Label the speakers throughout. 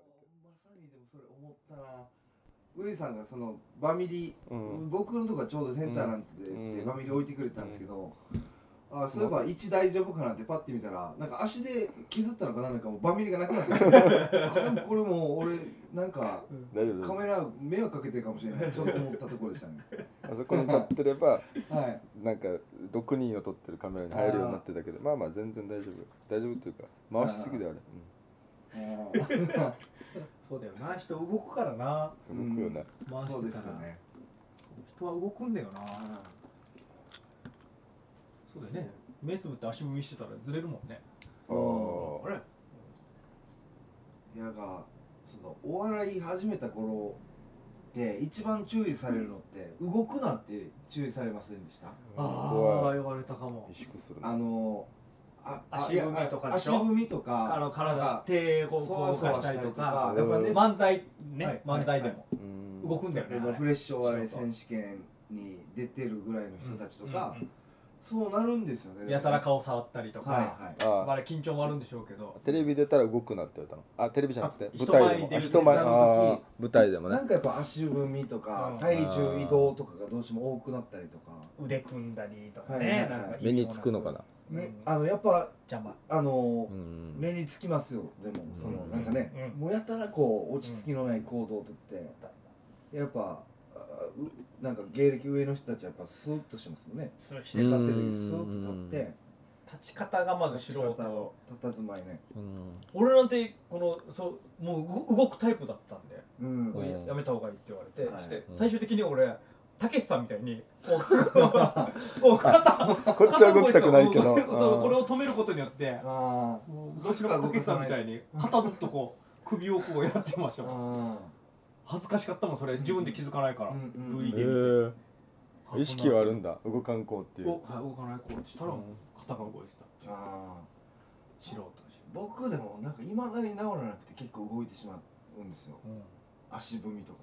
Speaker 1: さにでもそれ思ったら上さんがそのバミリ、
Speaker 2: うん
Speaker 1: 僕のとこはちょうどセンターなんてで、
Speaker 2: うん
Speaker 1: でバミリ置いてくれたんですけど、あそういえば位置大丈夫かなってパッて見たらなんか足で削ったのかなんかもうバミリがなくなっててあれもこれもう俺なんか
Speaker 2: 大丈夫大丈
Speaker 1: カメラ迷惑かけてるかもしれないちょっと思ったところでしたね
Speaker 2: 夫あそこに立ってれば
Speaker 1: はい
Speaker 2: なんか6人を撮ってるカメラに入るようになってたけどまあまあ全然大丈夫大丈夫というか回しすぎだよあれ
Speaker 1: あー
Speaker 3: そうだよな人動くからな
Speaker 2: うん動くよね
Speaker 3: 回してたら
Speaker 1: そうですよね
Speaker 3: 人は動くんだよな
Speaker 1: あ
Speaker 3: そうだよね目つぶって足踏みしてたらずれるもんね
Speaker 2: あ
Speaker 1: うん
Speaker 3: あれ
Speaker 1: ーいやがそのお笑い始めた頃で一番注意されるのって動くなって注意されませんでした
Speaker 3: ああ言われたかも
Speaker 2: 意識するね
Speaker 1: あのああ
Speaker 3: 足踏みとかでしょ
Speaker 1: いやあ足踏みとか
Speaker 3: あの体
Speaker 1: が
Speaker 3: 手をこう動かしたりとか
Speaker 1: やっぱ
Speaker 2: うん
Speaker 1: ね、
Speaker 3: 漫才ね、
Speaker 1: はい
Speaker 3: 漫才でも、
Speaker 2: うん
Speaker 3: 動くんだよ
Speaker 1: 例
Speaker 3: ね
Speaker 1: えば
Speaker 3: あ
Speaker 1: フ
Speaker 3: れ
Speaker 1: レッシュお笑い選手権に出てるぐらいの人たちとか、そうなるんですよ
Speaker 3: うんう
Speaker 1: ね
Speaker 3: んやたら
Speaker 1: か
Speaker 3: 顔触ったりとか、
Speaker 1: はいはい
Speaker 2: あ
Speaker 3: まあ、あれ緊張もあるんでしょうけど
Speaker 2: テレビ出たら動くなって言われたのあテレビじゃなくて
Speaker 3: あ
Speaker 2: 舞台でもあ
Speaker 3: 人
Speaker 2: 人
Speaker 1: 前
Speaker 2: 前
Speaker 1: に出て
Speaker 2: あー舞台でもね
Speaker 1: なんかやっぱ足踏みとか、
Speaker 3: うん
Speaker 1: 体重移動とかがどうしても多くなったりとか、
Speaker 3: 腕組んだりとかね、
Speaker 1: はいはいはい
Speaker 3: なんか
Speaker 2: 目につくのかな
Speaker 1: ね
Speaker 3: うん
Speaker 1: あのやっぱ
Speaker 3: 邪魔
Speaker 1: あの、
Speaker 2: うん
Speaker 1: 目につきますよでも
Speaker 2: ん
Speaker 1: そのなんかね、
Speaker 3: うん
Speaker 1: もうやたらこう落ち着きのない行動をとって、やっぱあうなんか芸歴上の人たちはやっぱスーッとしますもんね
Speaker 3: そうして
Speaker 2: う
Speaker 1: 立
Speaker 2: ん
Speaker 1: っ
Speaker 3: 立
Speaker 1: てる時スーッと立って
Speaker 3: ち方がまず素
Speaker 1: 立ち方
Speaker 3: 人
Speaker 1: を立たずまいね
Speaker 2: うん
Speaker 3: 俺なんてこのそうもう動動くタイプだったんで、
Speaker 1: うん
Speaker 3: もうやめた方がいいって言われて、
Speaker 1: はい
Speaker 3: して
Speaker 2: うん
Speaker 3: 最終的に俺たけしさんみたい にこうこう肩
Speaker 2: こっちは動きたくないけど
Speaker 3: 片方そうこれ
Speaker 2: あ
Speaker 3: を止めることによって
Speaker 1: あー
Speaker 3: 昔のたけしさんみたいに肩ずっとこう首をこうやってましたもん
Speaker 1: あ
Speaker 3: 恥ずかしかったもんそれ自分で気づかないから、
Speaker 1: ーうんうん
Speaker 2: ーえ
Speaker 3: V
Speaker 2: ー意識はあるんだ動かんこうってい
Speaker 3: お
Speaker 2: う
Speaker 3: はい動かないこうしたら肩が動いてた
Speaker 1: あ
Speaker 3: 素人だし
Speaker 1: ー僕でもなんかいまだに治らなくて結構動いてしまうんですよ足踏みとか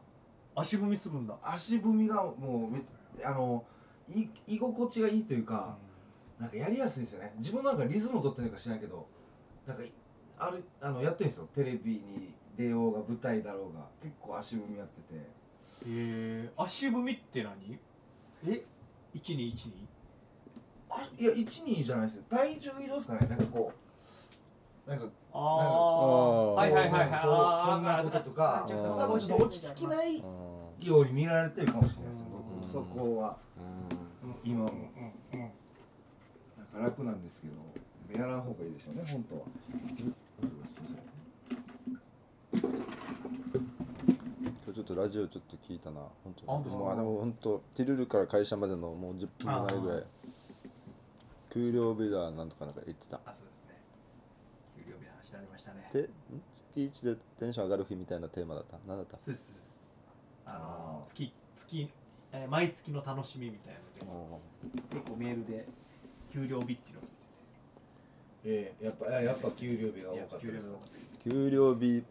Speaker 3: 足踏みするんだ
Speaker 1: 足踏みがもうめあのい居心地がいいというか、なんかやりやすいんですよね自分なんかリズムを取ってるのか知らんけどなんかいあるあのやってるんですよテレビに出ようが舞台だろうが結構足踏みやってて
Speaker 3: えー、足踏みって何え一二一二
Speaker 1: あいや12じゃないですよ体重移動ですかねなんかこうなんか
Speaker 3: あ
Speaker 2: あ
Speaker 3: あはいはいはいはい
Speaker 1: こうこんなこととか
Speaker 2: あー
Speaker 1: 多分ちょっと落ち着きない
Speaker 2: うん
Speaker 1: ように見られてるかもしれないですね
Speaker 2: うん
Speaker 1: 僕そこは今も
Speaker 3: うんうん
Speaker 1: なんか楽なんですけどやらん方がいいでしょうね本当はすいません
Speaker 2: 今日ちょっとラジオちょっと聞いたな本当
Speaker 3: あ本当ですか
Speaker 2: もうあの本当ティルルから会社までのもう10分もないぐらい給料日だなんとかなんか言ってた
Speaker 3: あそうですね給料日の話になりましたね
Speaker 2: でん月一でテンション上がる日みたいなテーマだった何だった
Speaker 3: すすすあ
Speaker 1: あ
Speaker 3: の
Speaker 1: ー
Speaker 3: 月月、えー、毎月の楽しみみたいなので結構メールで給料日っていうのが
Speaker 1: ええやっぱやっぱ給料日が多
Speaker 3: いや
Speaker 1: かった
Speaker 3: 給料
Speaker 1: で
Speaker 3: 日
Speaker 1: す
Speaker 3: が
Speaker 1: か
Speaker 3: 多かった
Speaker 2: 給料日っ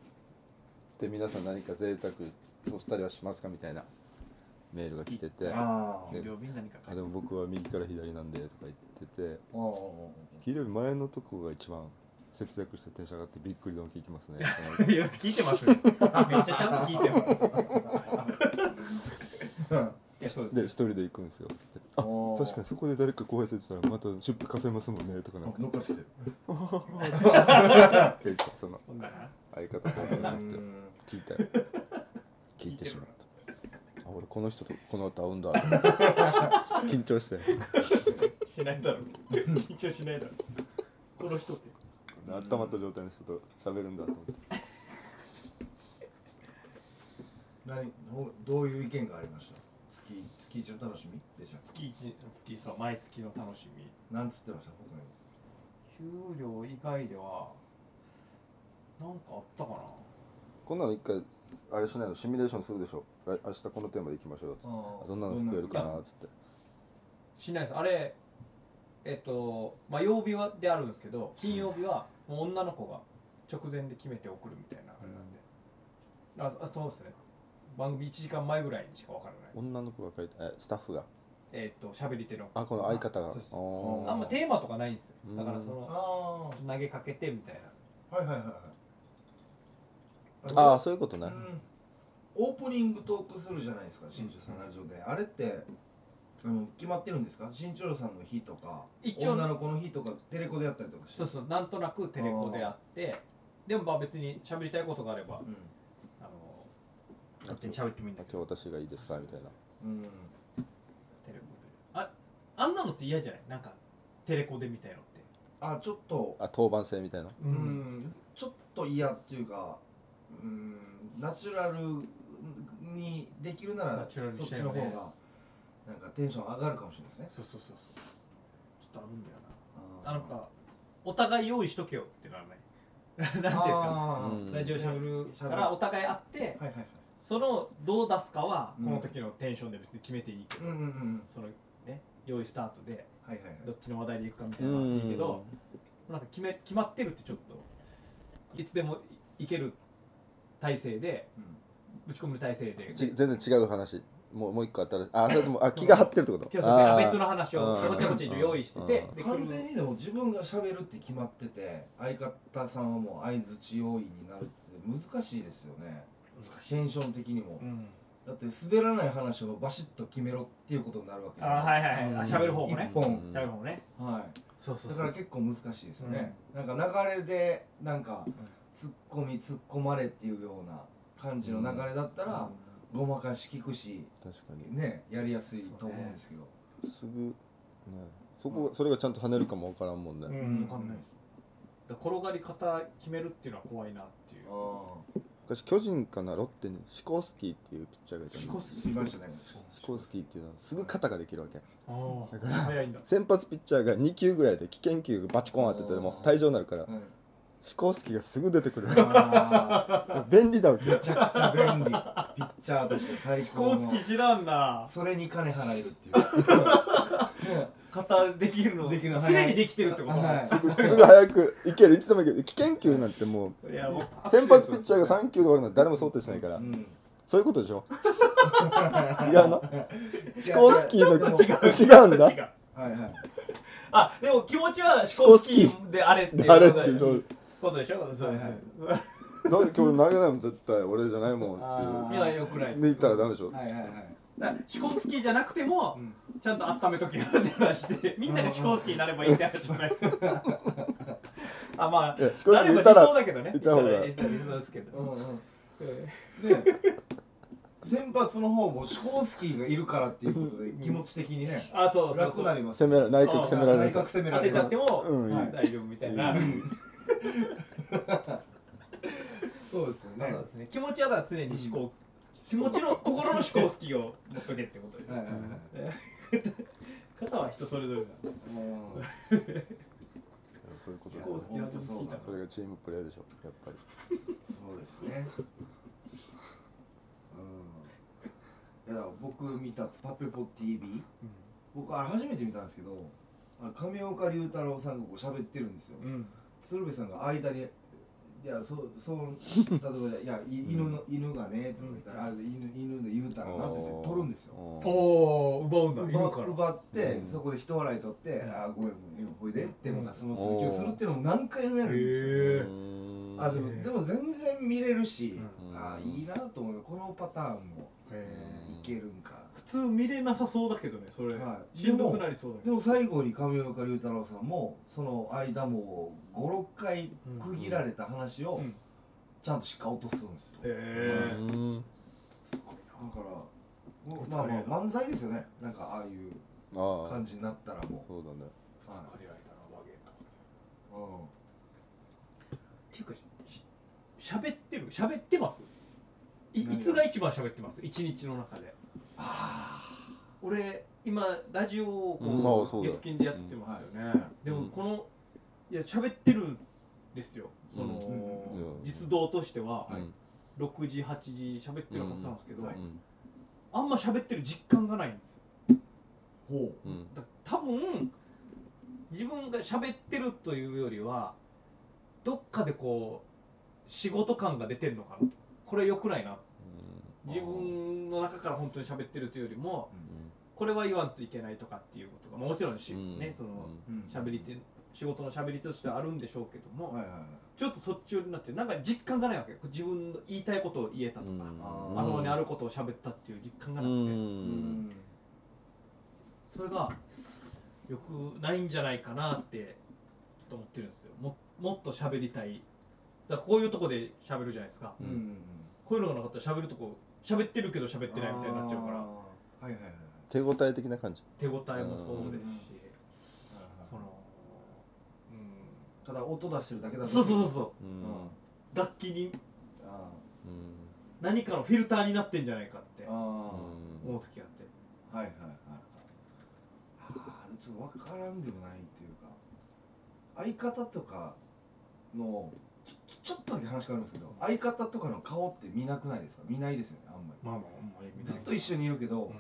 Speaker 2: て皆さん何か贅沢をしたりはしますかみたいなメールが来ててあ
Speaker 1: あー
Speaker 3: 給料日に何か書い
Speaker 2: で
Speaker 3: て
Speaker 2: も僕は右から左なんでとか言ってて
Speaker 1: あー
Speaker 2: 給料日前のとこが一番節約してテンション上がってびっくりドンキ行き ますね
Speaker 3: いや聞いてますねめっちゃちゃんと聞いてますいやそうです
Speaker 2: で一人で行くんですよつってあ
Speaker 1: おー
Speaker 2: 確かにそこで誰か後輩ついてたらまた出費稼いますもんねとかなんか
Speaker 1: 乗っかってきてる
Speaker 2: 言ってたその
Speaker 3: こんなな
Speaker 2: 相方とかなんて 聞いたよ聞いてしまったあ俺この人とこの歌合うん だ緊張して
Speaker 3: しないだろう緊張しないだろうこの人って
Speaker 2: 温まった状態の人と喋るんだと思って
Speaker 1: 何どうどういう意見がありました月月一の楽しみでした
Speaker 3: 月一月そう毎月の楽しみ
Speaker 1: なんつってました他に
Speaker 3: 給料以外ではなんかあったかな
Speaker 2: こんなの一回あれしないのシミュレーションするでしょ来明日このテーマでいきましょうよっつって
Speaker 1: あ
Speaker 2: どんなの食えるかなっつって
Speaker 3: しないですあれえっとまあ曜日はであるんですけど金曜日はもう女の子が直前で決めて送るみたいなあれなんで、ああそうですね番組1時間前ぐらいにしか分からない
Speaker 2: 女の子が書いてえスタッフが
Speaker 3: えっと喋り手の
Speaker 2: あこの相方が
Speaker 3: そうです
Speaker 2: おー
Speaker 3: あんまテーマとかないんですよだからそ
Speaker 1: あ
Speaker 3: の
Speaker 1: あ
Speaker 3: 投げかけてみたいな
Speaker 1: ーはいはいはいはい
Speaker 2: ああそういうことね、
Speaker 1: うんオープニングトークするじゃないですか新庄さんラジオで、あれってあの決まってるんですか新庄さんの日とか
Speaker 3: 一応
Speaker 1: 女の子の日とかテレコでやったりとかして
Speaker 3: そうそうなんとなくテレコであってでもまあ別に喋りたいことがあれば
Speaker 1: うん
Speaker 3: あの勝手に喋ってもいいんだ
Speaker 2: 今
Speaker 3: け
Speaker 2: 日
Speaker 3: ど
Speaker 2: 私がいいですかみたいな
Speaker 1: うん
Speaker 3: テレコでああんなのって嫌じゃないなんかテレコでみたいのって
Speaker 1: あちょっと
Speaker 2: あ当番制みたいな
Speaker 1: うん、ちょっと嫌っていうかうんナチュラルにできるな
Speaker 3: ナ
Speaker 1: ら
Speaker 3: チュラルに
Speaker 1: そっ
Speaker 3: し
Speaker 1: ち
Speaker 3: たい
Speaker 1: の
Speaker 3: よ
Speaker 1: 方
Speaker 3: ね
Speaker 1: がなんかテンション上がるかもしれないですね
Speaker 3: そうそうそうそうちょっとあるんだよ
Speaker 1: あ
Speaker 3: ななんかお互い用意しとけよってならない なんていうんですか
Speaker 1: あー
Speaker 2: うん
Speaker 3: ラジオしゃべるからお互いあって
Speaker 1: はいはいはい
Speaker 3: そのどう出すかは
Speaker 1: うん
Speaker 3: この時のテンションで別に決めていいけど、
Speaker 1: うんうんうん
Speaker 3: そのね用意スタートで
Speaker 1: はいはいはい
Speaker 3: どっちの話題でいくかみたいなのがあっていいけど、なんか決め決まってるってちょっといつでもいいける体制で
Speaker 1: うん
Speaker 3: ぶち込む体制で
Speaker 2: ち全然違う話もうもう一個あったらあそれともあ気が張ってるってこと
Speaker 3: 今日
Speaker 2: あ
Speaker 3: は
Speaker 2: ー
Speaker 3: 別の話を
Speaker 2: うん
Speaker 3: こっちこっち一応用意してて
Speaker 2: うん
Speaker 3: で
Speaker 1: 完全にでも自分が喋るって決まってて相方さんはもう相づち要員になるって難しいですよねテンション的にも、
Speaker 3: うん、
Speaker 1: だって滑らない話をバシッと決めろっていうことになるわけ
Speaker 3: あ
Speaker 1: じゃない
Speaker 3: はい
Speaker 1: ですか
Speaker 3: は
Speaker 2: うん
Speaker 3: いはいあ喋る方も
Speaker 1: 一
Speaker 3: ね
Speaker 1: 本、
Speaker 2: うん
Speaker 3: 喋る方もね
Speaker 1: は
Speaker 3: そう
Speaker 1: い、
Speaker 3: そう
Speaker 1: だ
Speaker 3: そ
Speaker 1: か
Speaker 3: う
Speaker 1: ら結構難しいですよね、なんか流れでなんか突っ込み突っ込まれっていうような感じの流れだったら、ごまかし聞くし
Speaker 2: 確かに
Speaker 1: ねやりやすいと思うんですけど
Speaker 2: すぐ、ね、そこそれがちゃんと跳ねるかもわからんもんね、
Speaker 3: うん、う
Speaker 1: うん
Speaker 3: ん、分かんないだから転がり方決めるっていうのは怖いなっていう
Speaker 1: あ
Speaker 2: 昔巨人かなロッテにシコースキーっていうピッチャーがいた
Speaker 3: シ
Speaker 2: ん
Speaker 3: コ
Speaker 2: だ
Speaker 1: あしましたね
Speaker 2: シコースキーっていうのはすぐ肩ができるわけ
Speaker 3: ああ早いんだ
Speaker 2: 先発ピッチャーが2球ぐらいで危険球がバチコーン当てても退場になるから
Speaker 1: はい
Speaker 2: シコースキーがすぐ出てくる
Speaker 1: あ
Speaker 2: 便利だわ
Speaker 1: ーめ
Speaker 2: け
Speaker 1: ちゃくちゃ便利ピッチャーとして最
Speaker 3: 飛行
Speaker 1: 高の
Speaker 3: 機知らんな
Speaker 1: それに金払えるっていう
Speaker 3: 型できるの
Speaker 1: できるの
Speaker 3: 常
Speaker 1: 早
Speaker 3: に
Speaker 1: い
Speaker 3: できてるってこと、
Speaker 1: はい
Speaker 2: すぐ早くいけるいつでもいける危険球なんても
Speaker 3: いやもう
Speaker 2: う 先発ピッチャーが3球で終わるのは誰も想定しないから
Speaker 1: うん
Speaker 2: そういうこ とでしょ違うのシコースキーの
Speaker 1: いや
Speaker 2: 違うんだ
Speaker 3: 違う
Speaker 1: はいはい
Speaker 3: あでも気持ちはシコースキーであれっていう
Speaker 2: あれっ
Speaker 3: こと
Speaker 2: て
Speaker 3: で
Speaker 2: そう
Speaker 3: ことでしょそう
Speaker 1: はいはい
Speaker 2: だって今日投げないもん絶対俺じゃないもんっ
Speaker 1: あ
Speaker 2: て
Speaker 1: ー
Speaker 3: いやよくない
Speaker 2: いう抜いたらダメでしょ
Speaker 1: はいはいはい
Speaker 3: だからシコースキーじゃなくても
Speaker 1: うん
Speaker 3: ちゃんと温めとけよって話でみんながシコースキーになればいいって話じゃないですあま
Speaker 2: いやシ
Speaker 3: あ
Speaker 2: コースキー
Speaker 3: なれば
Speaker 2: い
Speaker 3: 理
Speaker 2: た
Speaker 3: 想
Speaker 2: ら
Speaker 3: だけどね
Speaker 2: いた方が
Speaker 3: 理想ですけ
Speaker 1: う
Speaker 3: ど
Speaker 1: んうん
Speaker 3: え
Speaker 1: で先発の方もシコースキーがいるからっていうことで気持ち的にね
Speaker 3: ーあそうそう
Speaker 1: 楽
Speaker 3: そ
Speaker 1: に
Speaker 3: う
Speaker 1: なります
Speaker 2: 攻めら内角攻められる
Speaker 1: 内角攻めら
Speaker 3: 当
Speaker 1: れ
Speaker 3: て
Speaker 1: る
Speaker 3: ちゃっても
Speaker 2: うんいい
Speaker 1: はい
Speaker 3: 大丈夫みたいな
Speaker 2: う
Speaker 1: そうですよね
Speaker 3: そうですね気持ちはだから常に思考気持ちの心の思考スキーを持っとけってこと
Speaker 1: はい
Speaker 3: で
Speaker 1: はいはい
Speaker 3: 肩は人それぞれなんで
Speaker 1: うん
Speaker 2: そういうこと
Speaker 1: い
Speaker 2: で
Speaker 1: や
Speaker 2: す
Speaker 3: 思
Speaker 2: よ
Speaker 3: 考スキーはちょっと聞いた
Speaker 1: 本当
Speaker 2: それがチームプレーでしょやっぱり
Speaker 1: そうですねうんいや僕見た「パペポ TV」僕あれ初めて見たんですけどあれ亀岡龍太郎さんがこう喋ってるんですよ、
Speaker 3: うん
Speaker 1: 鶴瓶さんが間で「いやそうそう例えばじゃあいや い犬の、犬がね」とか言ったら「あれ犬犬で言うたらな」って言って取るんですよ
Speaker 3: お
Speaker 2: よ
Speaker 3: お奪うんだ
Speaker 1: 奪
Speaker 3: 犬から
Speaker 1: 奪って、
Speaker 2: うん
Speaker 1: そこで一笑い取って「
Speaker 3: うん
Speaker 1: ああごめんごめんほいで」ってまたその続きをするっていうのも何回もやるんですよ、
Speaker 3: へえ
Speaker 1: あでも
Speaker 3: へえ
Speaker 1: でも全然見れるし、
Speaker 2: うん
Speaker 1: ああいいなと思うよこのパターンも
Speaker 3: へえ
Speaker 1: いけるんか、
Speaker 3: 普通見れなさそうだけどねそれ、
Speaker 1: はい
Speaker 3: しんどくなりそうだけ
Speaker 1: で
Speaker 3: ど
Speaker 1: も最後に上岡龍太郎さんもその間も56回区切られた話を
Speaker 3: うん
Speaker 1: ちゃんとしっかり落とすんですよ、
Speaker 3: へえすごい
Speaker 1: だからもう
Speaker 3: お疲
Speaker 1: まあ
Speaker 3: れ
Speaker 1: まあ漫才ですよねなんかああいう
Speaker 2: ああ
Speaker 1: 感じになったらも
Speaker 2: そうだね
Speaker 1: う、
Speaker 3: な
Speaker 1: は
Speaker 3: 借りられたな和芸と
Speaker 1: いうん
Speaker 3: っていうかししゃべってるしゃべってますい
Speaker 1: 何が
Speaker 3: いつが一番しゃべってます一日の中で俺今ラジオを
Speaker 2: うんまあ
Speaker 3: こ
Speaker 2: そう
Speaker 3: う
Speaker 2: だ
Speaker 3: 月金でやってますよね、でもこのいや喋ってるんですよそ
Speaker 1: う
Speaker 3: の、
Speaker 1: ん
Speaker 2: うん
Speaker 3: 実動としては
Speaker 2: うん
Speaker 3: 6時8時喋ってるはずなんですけど、
Speaker 1: うんはい
Speaker 2: うん
Speaker 3: あんま喋ってる実感がないんですよ
Speaker 1: ほう
Speaker 2: うん
Speaker 3: だ多分自分が喋ってるというよりはどっかでこう仕事感が出てるのかなこれ良くないな自分の中から本当に喋ってるというよりも
Speaker 2: うん
Speaker 3: これは言わんといけないとかっていうことが、まあもちろんし、
Speaker 2: うん
Speaker 3: ねその
Speaker 1: うん
Speaker 3: 喋り手仕事のしゃべりとしてはあるんでしょうけども、
Speaker 1: はいはいはい
Speaker 3: ちょっとそっち寄りになってなんか実感がないわけこう自分の言いたいことを言えたとか、
Speaker 1: うん
Speaker 3: 頭にあ
Speaker 2: る
Speaker 3: ることを喋ったっていう実感が
Speaker 2: う
Speaker 3: なくて、
Speaker 2: ん
Speaker 3: それがよくないんじゃないかなってちょっと思ってるんですよももっと喋りたいだからこういうとこで喋るじゃないですか、
Speaker 1: う
Speaker 2: うん
Speaker 1: ん
Speaker 3: こういうのがなかったら喋るとこ喋ってるけど喋ってないみたいになっちゃうか
Speaker 1: あ
Speaker 3: ら
Speaker 1: ーはいはいはい
Speaker 2: 手応え的な感じ
Speaker 3: 手応えもそうですし、こ
Speaker 1: はい
Speaker 3: の
Speaker 1: ただ音出してるだけ
Speaker 3: う
Speaker 1: だ
Speaker 3: ん
Speaker 1: と
Speaker 3: そうそうそうそう
Speaker 2: う
Speaker 1: うんんあ
Speaker 3: 楽器に
Speaker 1: あ
Speaker 2: う
Speaker 3: 何かのフィルターになってんじゃないかって
Speaker 1: ああ
Speaker 2: ん
Speaker 3: 思う時が
Speaker 1: は
Speaker 3: あって
Speaker 1: いはいはいああちょっと分からんでもないっていうか相方とかのちょちょちょっとだけ話変わるんですけど相方とかの顔って見なくないですか見ないですよねあんまり
Speaker 3: まあまああんまり見ない
Speaker 1: ずっと一緒にいるけど、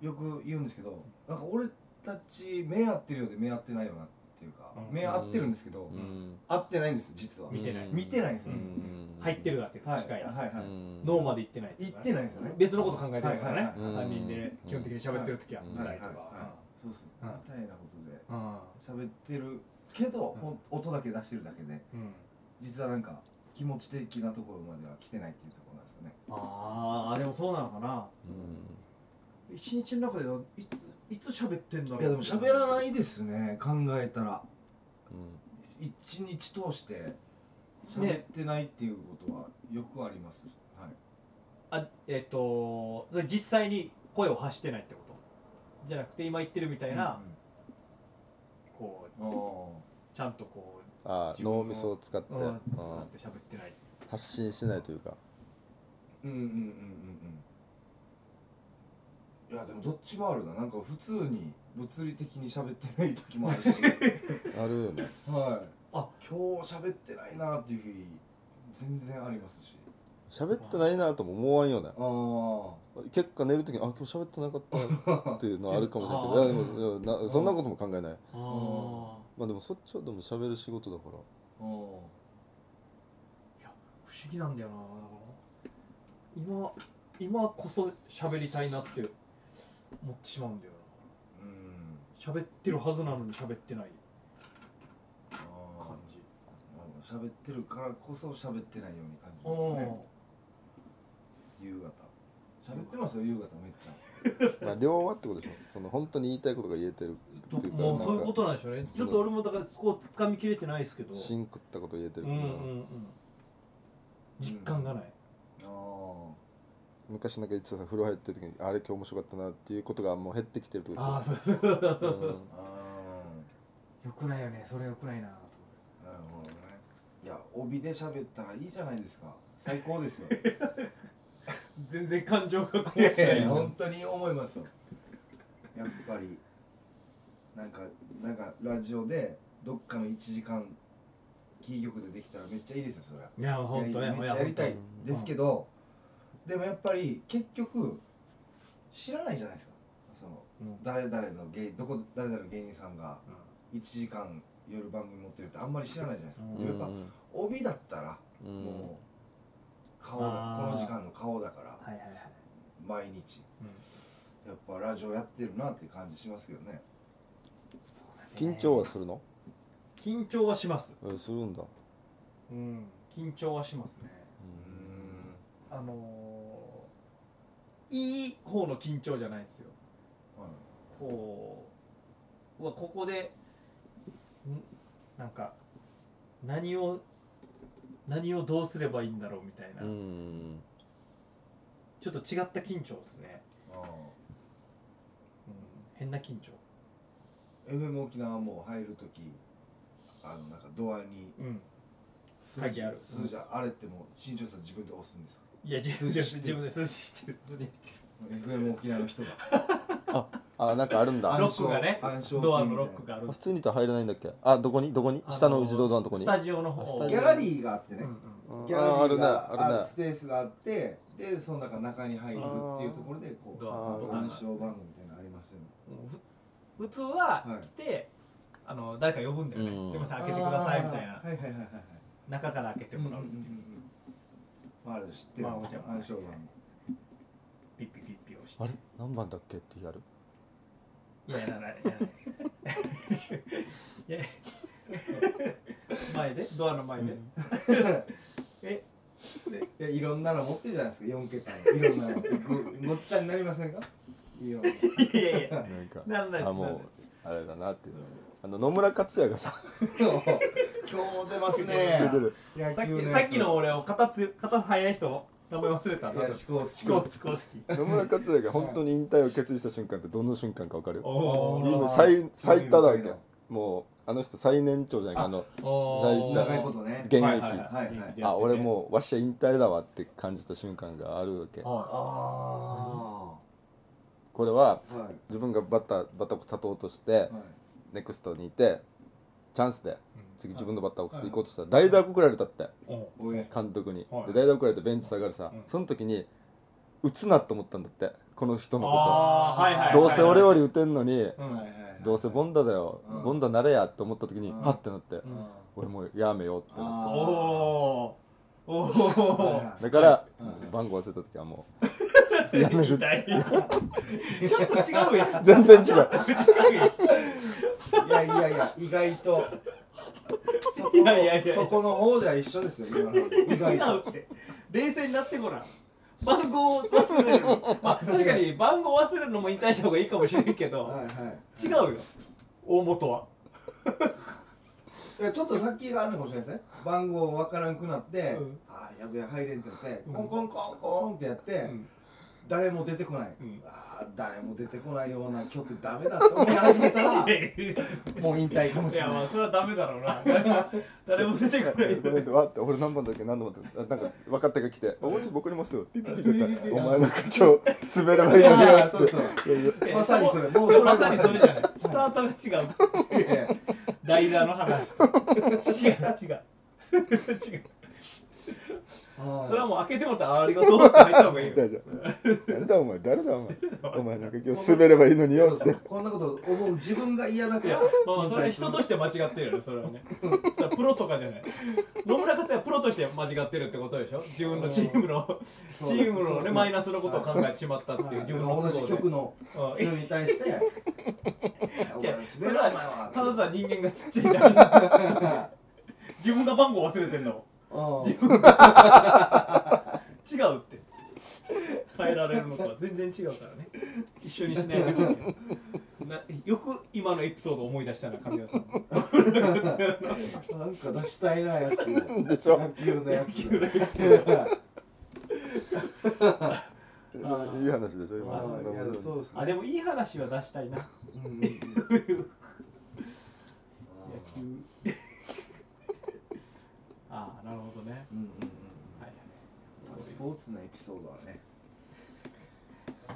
Speaker 1: よく言うんですけどなんか俺たち目合ってるようで目合ってないよなっていうか、
Speaker 3: うん
Speaker 1: 目合ってるんですけど、
Speaker 2: うん
Speaker 1: 合ってないんですよ実は、
Speaker 3: 見てない
Speaker 2: うん
Speaker 1: 見てないんですよ
Speaker 3: う
Speaker 1: ね、
Speaker 3: ん入ってるだって
Speaker 1: はい
Speaker 3: 確かに
Speaker 1: はいはい、
Speaker 2: うん
Speaker 3: 脳まで行ってない
Speaker 1: 行ってないですよね
Speaker 3: 別のこと考えてるからね
Speaker 1: はい
Speaker 2: はいはい
Speaker 3: 3人で基本的に喋ってる時は
Speaker 2: うん
Speaker 3: 見
Speaker 1: はい
Speaker 3: た
Speaker 1: はいは
Speaker 3: いと
Speaker 1: い
Speaker 3: か
Speaker 1: そうそう
Speaker 3: うん
Speaker 1: みたいなことで
Speaker 3: うん
Speaker 1: 喋ってるけど、
Speaker 3: うん
Speaker 1: ほん音だけ出してるだけで
Speaker 3: うん
Speaker 1: 実はなんか気持ち的なところまでは来てないっていうところなんですかね
Speaker 3: ああでもそうなのかな一日の中でいついつ喋ってんだろう
Speaker 1: いやでも喋ら
Speaker 3: い
Speaker 1: ないですね考えたら
Speaker 2: うん
Speaker 1: 一日通して喋ってないっていうことはよくあります、はい
Speaker 3: あえっとそれ実際に声を発してないってことじゃなくて今言ってるみたいなこう
Speaker 1: うんうんお
Speaker 3: ちゃんとこ
Speaker 2: あー脳みそを使って
Speaker 3: ううん
Speaker 2: うん
Speaker 3: 使って喋ってない
Speaker 2: 発信しないというか
Speaker 1: ーうんうんうんうんうんいやでもどっちもあるななんか普通に物理的に喋ってない時もあ るし
Speaker 2: あるよね
Speaker 1: はい
Speaker 3: あ
Speaker 1: 今日喋ってないなっていう日全然ありますし
Speaker 2: 喋ってないなとも思わんよね
Speaker 1: ああ
Speaker 2: 結果寝る時にあ今日喋ってなかったっていうのはあるかもしれないけどいやでもいやなそんなことも考えない
Speaker 3: あ
Speaker 1: ー
Speaker 3: あ
Speaker 2: まあでもそっちはでも喋る仕事だから
Speaker 1: お
Speaker 3: 不思議なんだよな今今こそ喋りたいなって思ってしまうんだよ
Speaker 1: うん
Speaker 3: な喋ってるはずなのに喋ってない
Speaker 1: あー
Speaker 3: 感じ
Speaker 1: 喋ってるからこそ喋ってないように感じ
Speaker 3: お
Speaker 1: ますかね
Speaker 3: お
Speaker 1: 夕方喋ってますよ夕方めっちゃ
Speaker 2: まあ両はってことでしょその本当に言いたいことが言えてる
Speaker 3: ど
Speaker 2: っていうか
Speaker 3: もうそういうことなんでしょうねちょっと俺もだからそこをつかみきれてないですけど
Speaker 2: シンクったこと言えて
Speaker 3: う
Speaker 2: る
Speaker 3: ん
Speaker 2: か
Speaker 3: う
Speaker 2: ら
Speaker 3: んうん実感がない、
Speaker 1: ああ
Speaker 2: 昔なんか言ってたさ風呂入ってる時にあれ今日面白かったなっていうことがもう減ってきてるってことでしょ
Speaker 3: ああそうそう
Speaker 2: うん
Speaker 1: ああ
Speaker 3: よくないよねそれよくないなと
Speaker 1: なるほどねいや帯で喋ったらいいじゃないですか最高ですよ
Speaker 3: 全然感情がこ
Speaker 1: い
Speaker 3: もって
Speaker 1: や
Speaker 3: ない
Speaker 1: いや
Speaker 3: よ
Speaker 1: 本当に思いますよやっぱりなんかなんかラジオでどっかの1時間キー局でできたらめっちゃいいですよそれはい
Speaker 3: や本当ね
Speaker 1: やりめっちゃやりたいですけど、でもやっぱり結局知らないじゃないですかその
Speaker 3: うんうん
Speaker 1: 誰々の芸どこ誰々の芸人さんが1時間夜番組持ってるってあんまり知らないじゃないですか、
Speaker 3: うん
Speaker 1: やっぱ帯だったら
Speaker 2: うん
Speaker 1: もう顔だ、
Speaker 3: あー
Speaker 1: この時間の顔だから、
Speaker 3: はいはいはい、
Speaker 1: 毎日
Speaker 3: うん
Speaker 1: やっぱラジオやってるなって感じしますけどね
Speaker 2: 緊張はするの、
Speaker 3: 緊張はします
Speaker 2: うんするんだ
Speaker 3: うん緊張はしますね
Speaker 1: う
Speaker 3: あのー、いい方の緊張じゃないですよ
Speaker 1: んはい
Speaker 3: こううわここでんなんか何を何をどうすればいいんだろうみたいな、
Speaker 2: うん
Speaker 3: ちょっと違った緊張ですね、
Speaker 1: あ
Speaker 3: うん、変な緊張
Speaker 1: ー FM 沖縄も入る時あのなんかドアに
Speaker 3: うん
Speaker 1: 数
Speaker 3: 書いてある
Speaker 1: 数字あれってもう新庄さん自分で押すんですか
Speaker 3: いや自分
Speaker 1: 数
Speaker 3: で
Speaker 1: 字知ってる
Speaker 3: 自分で数字知ってる数字知ってる
Speaker 1: FM 沖縄の人が
Speaker 2: あなんかあるんだ
Speaker 3: ロックがね
Speaker 1: 暗証暗証
Speaker 3: ドアのロックがある
Speaker 2: 普通にと入れないんだっけあどこにどこに下の自動ドアのとこに
Speaker 3: スタジオの
Speaker 2: あス
Speaker 3: 方
Speaker 2: タ
Speaker 1: ギャラリーがあってね、
Speaker 3: うん
Speaker 2: うん
Speaker 1: ギャラリーが
Speaker 2: ああるねあるね
Speaker 1: スペースがあってでその中中に入るっていうところでこう
Speaker 3: ド
Speaker 2: ア
Speaker 1: あ暗証番号みたいなのありますよね
Speaker 3: うんふ普通は
Speaker 1: はい
Speaker 3: 来て、あの誰か呼ぶんだよね、
Speaker 2: うん
Speaker 3: すいません開けてくださいみたい
Speaker 1: あ
Speaker 3: な
Speaker 1: ーはいはいはいはいはい
Speaker 3: 中から開けてもらうっていう、
Speaker 1: まああれ知ってるんですよ
Speaker 3: まあ
Speaker 1: 暗証番
Speaker 3: ピッピピッピをして
Speaker 2: あれ何番だっけってやる
Speaker 3: いややらないやらないです いや前でドアの前で、 え
Speaker 1: いやいろんなの持ってるじゃないですか4桁のいろんなのごごっちゃになりませんかいろんない
Speaker 3: やいやいや
Speaker 2: なんか
Speaker 3: ならない
Speaker 2: あ
Speaker 3: ですなら
Speaker 2: も
Speaker 3: ないう
Speaker 2: あれだなっていうあの野村克也がさ
Speaker 1: 今日も出ますね
Speaker 2: 出てる
Speaker 1: 野
Speaker 3: さっ
Speaker 1: 球の
Speaker 3: き
Speaker 1: やつ
Speaker 3: さっきの俺を肩つ肩早い人名前忘れた
Speaker 1: いや
Speaker 3: な
Speaker 1: 思考
Speaker 3: 地
Speaker 1: 思
Speaker 3: 公
Speaker 1: 考
Speaker 3: 地公式
Speaker 2: 野村克也が本当に引退を決意した瞬間ってどの瞬間かわかる
Speaker 3: お
Speaker 1: ー
Speaker 2: 今
Speaker 3: ー
Speaker 2: 最最多だ
Speaker 1: そ
Speaker 2: わ
Speaker 1: ういう
Speaker 2: け
Speaker 1: の
Speaker 2: もうあの人最年長じゃないかあの
Speaker 3: おー
Speaker 2: だ
Speaker 1: 長いことね
Speaker 2: 現役、
Speaker 3: はいはい
Speaker 1: はいはい
Speaker 2: あ俺もうわしは引退だわって感じた瞬間があるわけ
Speaker 3: うは
Speaker 1: あ
Speaker 2: これは
Speaker 1: あはい
Speaker 2: 自分がバッターバッターボックス立とうとして
Speaker 1: はい
Speaker 2: ネクストにいてチャンスで
Speaker 3: い
Speaker 2: 次自分のバッターボックス行こうとしたら代打送られたって
Speaker 3: うん
Speaker 1: おえ
Speaker 2: 監督に
Speaker 3: はい
Speaker 2: で代打送られてベンチ下がるさ
Speaker 3: うん
Speaker 2: その時に打つなと思ったんだってこの人のこ
Speaker 3: あーはいはいはい
Speaker 2: と
Speaker 3: はい
Speaker 2: どうせ俺より打てんのに
Speaker 3: うん
Speaker 1: はいはい
Speaker 2: どうせボンダだよ
Speaker 1: うん
Speaker 2: ボンダなれやと思った時に
Speaker 1: うん
Speaker 2: ハッてなって
Speaker 3: うん
Speaker 2: 俺もうやめようってなっ
Speaker 1: あー
Speaker 3: おーお
Speaker 1: はい
Speaker 3: お
Speaker 1: は
Speaker 2: て
Speaker 1: い
Speaker 2: だから
Speaker 1: うん
Speaker 2: 番号忘れた時はもうやめる
Speaker 3: 痛い ちょっと違うやん
Speaker 2: 全然違う
Speaker 1: いやいやいや意外とそこの
Speaker 3: いやいやいや
Speaker 1: そこの方では一緒ですよ今の意
Speaker 3: 違
Speaker 1: 外
Speaker 3: う
Speaker 1: と
Speaker 3: って冷静になってごらん番号を忘れる まあ確かに番号忘れるのも引退した方がいいかもしれんけ
Speaker 1: は
Speaker 3: ど
Speaker 1: いはい
Speaker 3: 違うよ大元はい
Speaker 1: やちょっとさっきがあるのかもしれないですね番号わからんくなって、
Speaker 3: うん
Speaker 1: ああやべえ入れんってなって、
Speaker 3: うん
Speaker 1: コンコンコンコンってやって、
Speaker 3: うん
Speaker 1: 誰も出てこない、
Speaker 3: うん
Speaker 1: ああ誰も出てこないような曲ダメだと思い始めたら
Speaker 3: いやい
Speaker 1: もう引退かもしれ
Speaker 3: や
Speaker 1: ない
Speaker 3: まあそれはダメだろ うな誰誰も出てこない
Speaker 2: ごめんわって俺何番だっけ何番だっけあなんか分かったが来て「あもうちょっと僕にますよ」ピッピッピッって言ったら「お前なんか今日滑ればいいのによ」
Speaker 1: ああ
Speaker 2: っ
Speaker 1: そう
Speaker 2: て
Speaker 1: そう
Speaker 3: いや
Speaker 1: まさにそれもう
Speaker 3: まさにそれじゃないスタートが違う
Speaker 1: いやいや
Speaker 3: ライダーの 話違う違う違うそれはもう開けてもらったらありがとうって入った方がいいよ
Speaker 2: じゃあじゃあなんだお前誰だお前お前なんか今日滑ればいいのによ
Speaker 1: そう
Speaker 2: っ
Speaker 1: そ
Speaker 2: て
Speaker 1: うこんなこと思う自分が嫌だか
Speaker 3: いや
Speaker 1: ら
Speaker 3: まあまあそれは人として間違ってるよねそれはねそれはプロとかじゃない野村克也プロとして間違ってるってことでしょ自分のチームのチ
Speaker 1: そう
Speaker 3: ーム
Speaker 1: そう
Speaker 3: の
Speaker 1: そ
Speaker 3: ね
Speaker 1: う
Speaker 3: マイナスのことを考えちまったっていう自分
Speaker 1: 同
Speaker 3: の都
Speaker 1: じ
Speaker 3: 合で
Speaker 1: 曲の
Speaker 3: うん
Speaker 1: 人に対して「お
Speaker 3: いや
Speaker 1: 前
Speaker 3: そ
Speaker 1: 滑
Speaker 3: れ
Speaker 1: る
Speaker 3: は
Speaker 1: お前は」
Speaker 3: ただただ人間がちっちゃいだけだ自分が番号忘れてんだもん
Speaker 1: うん
Speaker 3: 違うって変えられるのとは全然違うからね一緒にしないといけないなよく今のエピソードを思い出したな神谷さん
Speaker 1: なんか出したいなやつ
Speaker 2: でしょ
Speaker 1: 野球のやつ
Speaker 3: 野球のやつ
Speaker 1: あ
Speaker 2: いい話でしょ
Speaker 1: ーいや
Speaker 2: 今
Speaker 1: そうですね
Speaker 3: あでもいい話は出したいな
Speaker 1: うん
Speaker 3: 野球ああなるほどね
Speaker 1: うんうん
Speaker 3: はい
Speaker 1: うんスポーツのエピソードはね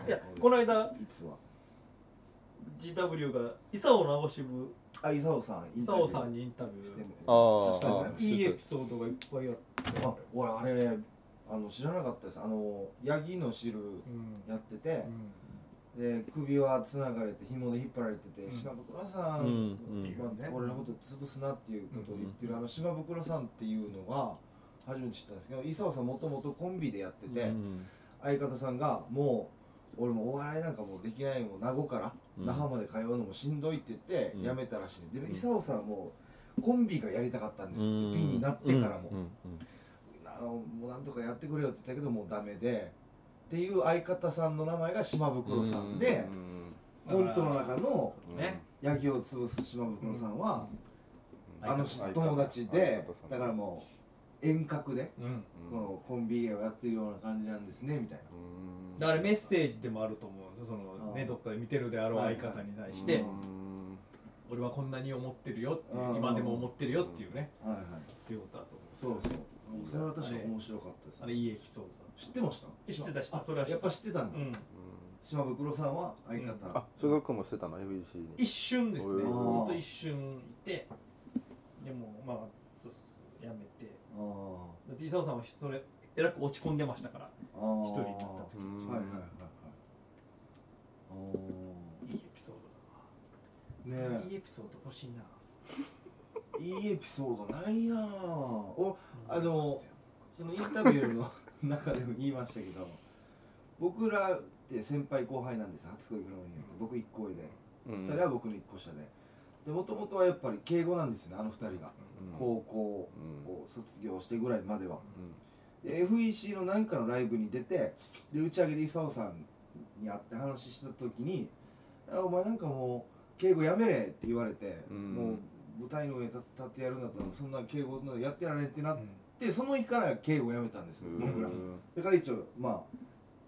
Speaker 3: いやこ
Speaker 1: い
Speaker 3: の間
Speaker 1: つは
Speaker 3: GW が伊佐尾直し部
Speaker 1: あ伊沢さん
Speaker 3: 伊
Speaker 1: インタビュ
Speaker 3: 佐尾
Speaker 1: ー
Speaker 3: さんにインタビュー
Speaker 1: しても
Speaker 2: あー
Speaker 1: させてもらいまし
Speaker 3: いいエピソードがいっぱいある
Speaker 1: たあ俺あれあの知らなかったですあのヤギの汁
Speaker 3: うん
Speaker 1: やってて
Speaker 3: う、ん
Speaker 1: で首はつながれて紐で引っ張られてて、
Speaker 3: うん
Speaker 1: 島袋さん、
Speaker 2: うん
Speaker 3: うん
Speaker 1: まあ、俺のこと潰すなっていうことを言ってる、あの島袋さんっていうのが初めて知ったんですけど伊沢さんもともとコンビでやってて、
Speaker 3: う
Speaker 2: うん
Speaker 1: 相方さんがもう俺もお笑いなんかもうできないもん名護から、
Speaker 2: うん
Speaker 1: 那覇まで通うのもしんどいって言って
Speaker 2: うん
Speaker 1: 辞めたらしいね、でも
Speaker 2: うん
Speaker 1: 伊沢さんはもうコンビがやりたかったんですって、ピンになってからも、
Speaker 2: うん
Speaker 1: なもうなんとかやってくれよって言ったけどもうダメでっていう相方さんの名前が島袋さんで、
Speaker 2: うん
Speaker 1: コントの中の
Speaker 2: うん
Speaker 3: ね
Speaker 1: ヤギを潰す島袋さんは、
Speaker 2: うん
Speaker 1: あのし友達で
Speaker 2: 相方さん
Speaker 1: だからもう遠隔で
Speaker 3: うん
Speaker 2: うん
Speaker 1: このコンビ芸をやってるような感じなんですねみたい
Speaker 2: うん
Speaker 3: だからメッセージでもあると思うんですよその
Speaker 1: う
Speaker 3: ね
Speaker 1: ん
Speaker 3: どっかで見てるであろう相方に対し
Speaker 1: で
Speaker 3: て
Speaker 2: うん
Speaker 3: 俺はこんなに思ってるよっていう
Speaker 1: うん
Speaker 3: 今でも思ってるよっていうね
Speaker 1: なはいはい
Speaker 3: っていうことだと思う
Speaker 1: そうそうそれは確かに面白かったです
Speaker 3: あれいいエピソード
Speaker 1: 知ってました
Speaker 3: 知ってた知ってた
Speaker 1: あ
Speaker 3: それは知って
Speaker 1: や
Speaker 3: た
Speaker 1: っぱ知ってたんだ、
Speaker 3: だうん
Speaker 2: うん
Speaker 1: 島袋さんは相方、
Speaker 3: うん
Speaker 2: あ所属もしてたの FBC に
Speaker 3: 一瞬ですね
Speaker 2: おい
Speaker 3: ほんと一瞬いてでもまあそうそうやめて
Speaker 1: あ
Speaker 3: だって伊沢さんはそれえらく落ち込んでましたから
Speaker 1: あー
Speaker 3: 一人になった時
Speaker 2: うん
Speaker 1: はいはいはいはいお
Speaker 3: いいエピソードだな
Speaker 1: ーね
Speaker 3: いいエピソード欲しいな
Speaker 1: えいいエピソードないなあおあでもそのインタビューの中でも言いましたけど僕らって先輩後輩なんです初恋フローによって僕1個上で
Speaker 2: うん
Speaker 1: 2人は僕の1個下ででもともとはやっぱり敬語なんですよねあの2人が、
Speaker 2: うん
Speaker 1: 高校
Speaker 2: うん
Speaker 1: を卒業してぐらいまでは、
Speaker 2: うん
Speaker 1: で FEC の何かのライブに出てで打ち上げで功さんに会って話した時に「あお前なんかもう敬語やめれ」って言われて、
Speaker 2: うん
Speaker 1: もう舞台の上立立ってやるんだったらそんな敬語なんかやってられんってなって、その日から敬語やめたんですよ僕ら
Speaker 2: うん
Speaker 1: だから一応まあ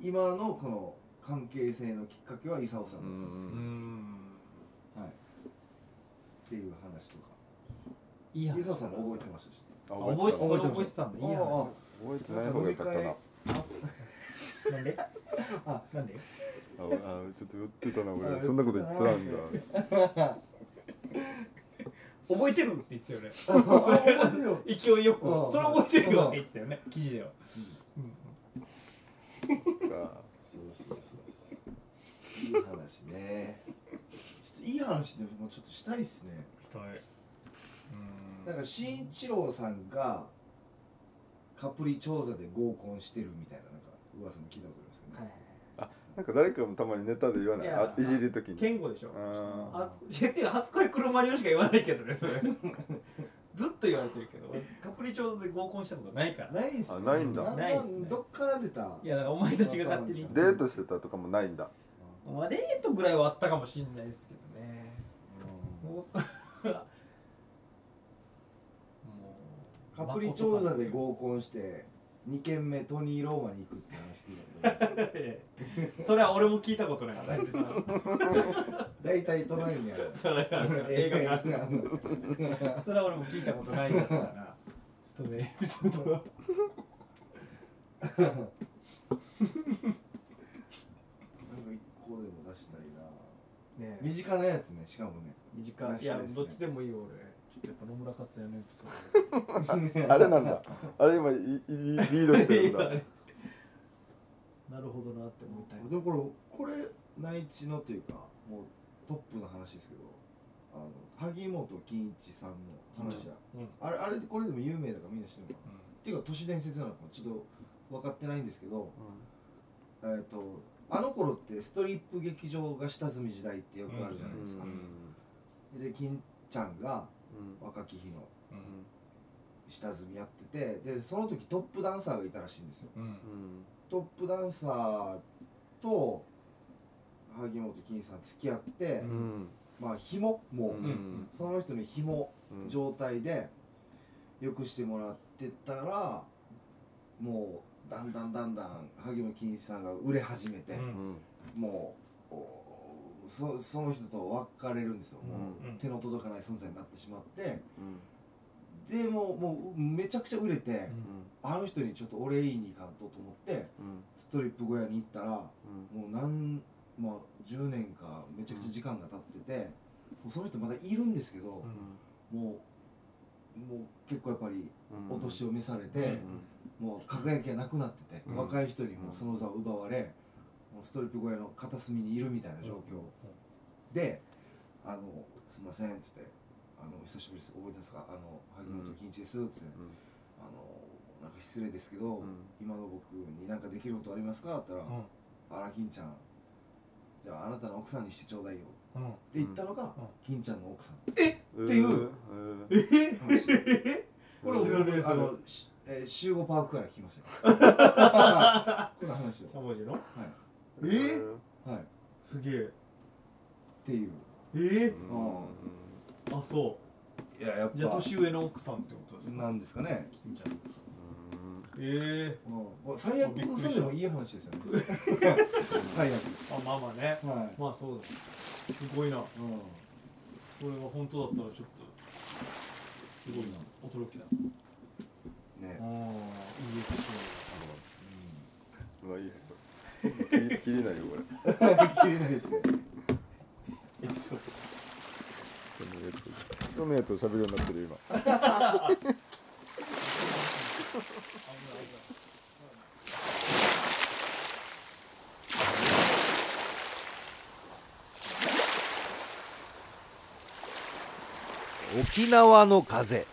Speaker 1: 今のこの関係性のきっかけは功さんだったんですよ、
Speaker 2: うん
Speaker 1: はい、っていう話とか
Speaker 3: いい話
Speaker 1: 功さんも覚えてましたし
Speaker 2: あ
Speaker 3: あ覚えて
Speaker 2: た
Speaker 3: それ覚えてたんだいい
Speaker 1: ああ
Speaker 3: 話
Speaker 2: 覚えてない方がよかったな
Speaker 3: なん でなんで
Speaker 2: ああちょっと酔ってたな
Speaker 1: あ
Speaker 2: 俺そんなこと言ってたんだ
Speaker 3: 覚えてるって言ってたよね
Speaker 1: あ 覚えてるよ
Speaker 3: 勢いよく
Speaker 1: うん
Speaker 3: それ覚えてるよって言ってたよね記事ではうん
Speaker 2: か
Speaker 1: そうそうそうそう。いい話ね。ちょっといい話でもちょっとしたいっすね。
Speaker 3: したい
Speaker 1: なんか新一郎さんがカプリ調査で合コンしてるみたいななんか噂も聞いたことありますけどね。
Speaker 2: なんか誰かもたまにネタで言わない
Speaker 3: いや
Speaker 2: あいじるときに
Speaker 3: 健吾でしょ
Speaker 2: あ
Speaker 3: あつっていうか初 恋車によしか言わないけどねそれ ずっと言われてるけど俺カプリチョーズで合コンしたことないから
Speaker 1: ないっすね。
Speaker 2: あないんだ
Speaker 3: ないっすね
Speaker 1: どっから出た？
Speaker 3: いやだからお前たちが勝手に
Speaker 1: そう
Speaker 2: ーデートしてたとかもないんだ
Speaker 3: まあデートぐらいはあったかもしんないですけどね
Speaker 1: うん
Speaker 3: も うもう
Speaker 1: カプリ調査で 合コンして二軒目トニーローマに行くって話聞いたことありま
Speaker 3: それは俺も聞いたことない
Speaker 1: あないですかす。だいたい都内にある
Speaker 3: それは映画が
Speaker 1: があるの。
Speaker 3: それは俺も聞いたことないやつだなストレイエピソードは
Speaker 1: なんか一個でも出したいな
Speaker 3: ね
Speaker 1: 身近なや つねしかもね
Speaker 3: 短いい
Speaker 1: 出したい
Speaker 3: や
Speaker 1: ですね
Speaker 3: どっちでもいいよ俺ちょっとやっぱ野村克也のエピソード
Speaker 2: あれなんだあれ今いいリードしてるんだ
Speaker 3: なるほどなって思いたい
Speaker 1: でもこれこれ内地のというかもうトップの話ですけどあの萩本欽一さんの話だ、
Speaker 3: うん
Speaker 1: あれあれこれでも有名だからみんな知ってるのかなっていうか都市伝説なのかもちょっと分かってないんですけど、えっとあの頃ってストリップ劇場が下積み時代ってよくあるじゃないですか、で欽ちゃんが若き日の下積みやっててでその時トップダンサーがいたらしいんですよトップダンサーと萩本欽さん付き合って、
Speaker 3: うん
Speaker 1: まあ紐もう、
Speaker 3: ん
Speaker 1: その人の紐状態でよくしてもらってたらもうだんだんだんだん萩本欽さんが売れ始めて、
Speaker 3: うん
Speaker 1: もうおそその人と別れるんですよ、もう
Speaker 3: うん
Speaker 1: 手の届かない存在になってしまってでもうもうめちゃくちゃ売れて、あの人にちょっとお礼言いに行かんとと思ってストリップ小屋に行ったらもう何まあ10年かめちゃくちゃ時間が経ってて、もうその人まだいるんですけど、もうもう結構やっぱりお年を召されて、もう輝きがなくなってて、
Speaker 3: うん
Speaker 1: 若い人にもうその座を奪われ、もうストリップ小屋の片隅にいるみたいな状況、で「あのすいません」っつって「あの久しぶりです覚えてますかあの萩本欽一です」っつって、あのなんか失礼ですけど、今の僕に何かできることありますか?」って言ったら「あら金ちゃんじゃああなたの奥さんにしてちょうだいよ」って言ったのが、金ちゃんの奥さん
Speaker 3: え
Speaker 1: の話 これ
Speaker 3: 知らねえ
Speaker 1: 僕
Speaker 3: それ
Speaker 1: あの、しえー、集合パークから聞きま したこの話
Speaker 3: しゃ
Speaker 1: を
Speaker 3: もじの
Speaker 1: はいっ
Speaker 3: すげえ
Speaker 1: ていう
Speaker 3: えあそ
Speaker 1: いややっ
Speaker 3: うじゃあ
Speaker 1: ぱ
Speaker 3: 年上の奥さんってことです
Speaker 1: な
Speaker 3: か
Speaker 1: んですかね、
Speaker 3: 金ちゃんええ
Speaker 1: うんもう最悪
Speaker 3: びっくりした
Speaker 1: 嘘でもいい話 ですよね最悪
Speaker 3: あまあまあね
Speaker 1: はい、
Speaker 3: まあそうだすごいな
Speaker 1: うん、
Speaker 3: これが本当だったらちょっとすごいな驚きだ
Speaker 1: ね
Speaker 3: ああいいエピソ
Speaker 2: 切れないよこ れ
Speaker 1: 切れないですね
Speaker 3: ードエピソー
Speaker 2: 人のやつを喋るようになってる今
Speaker 1: 沖縄の風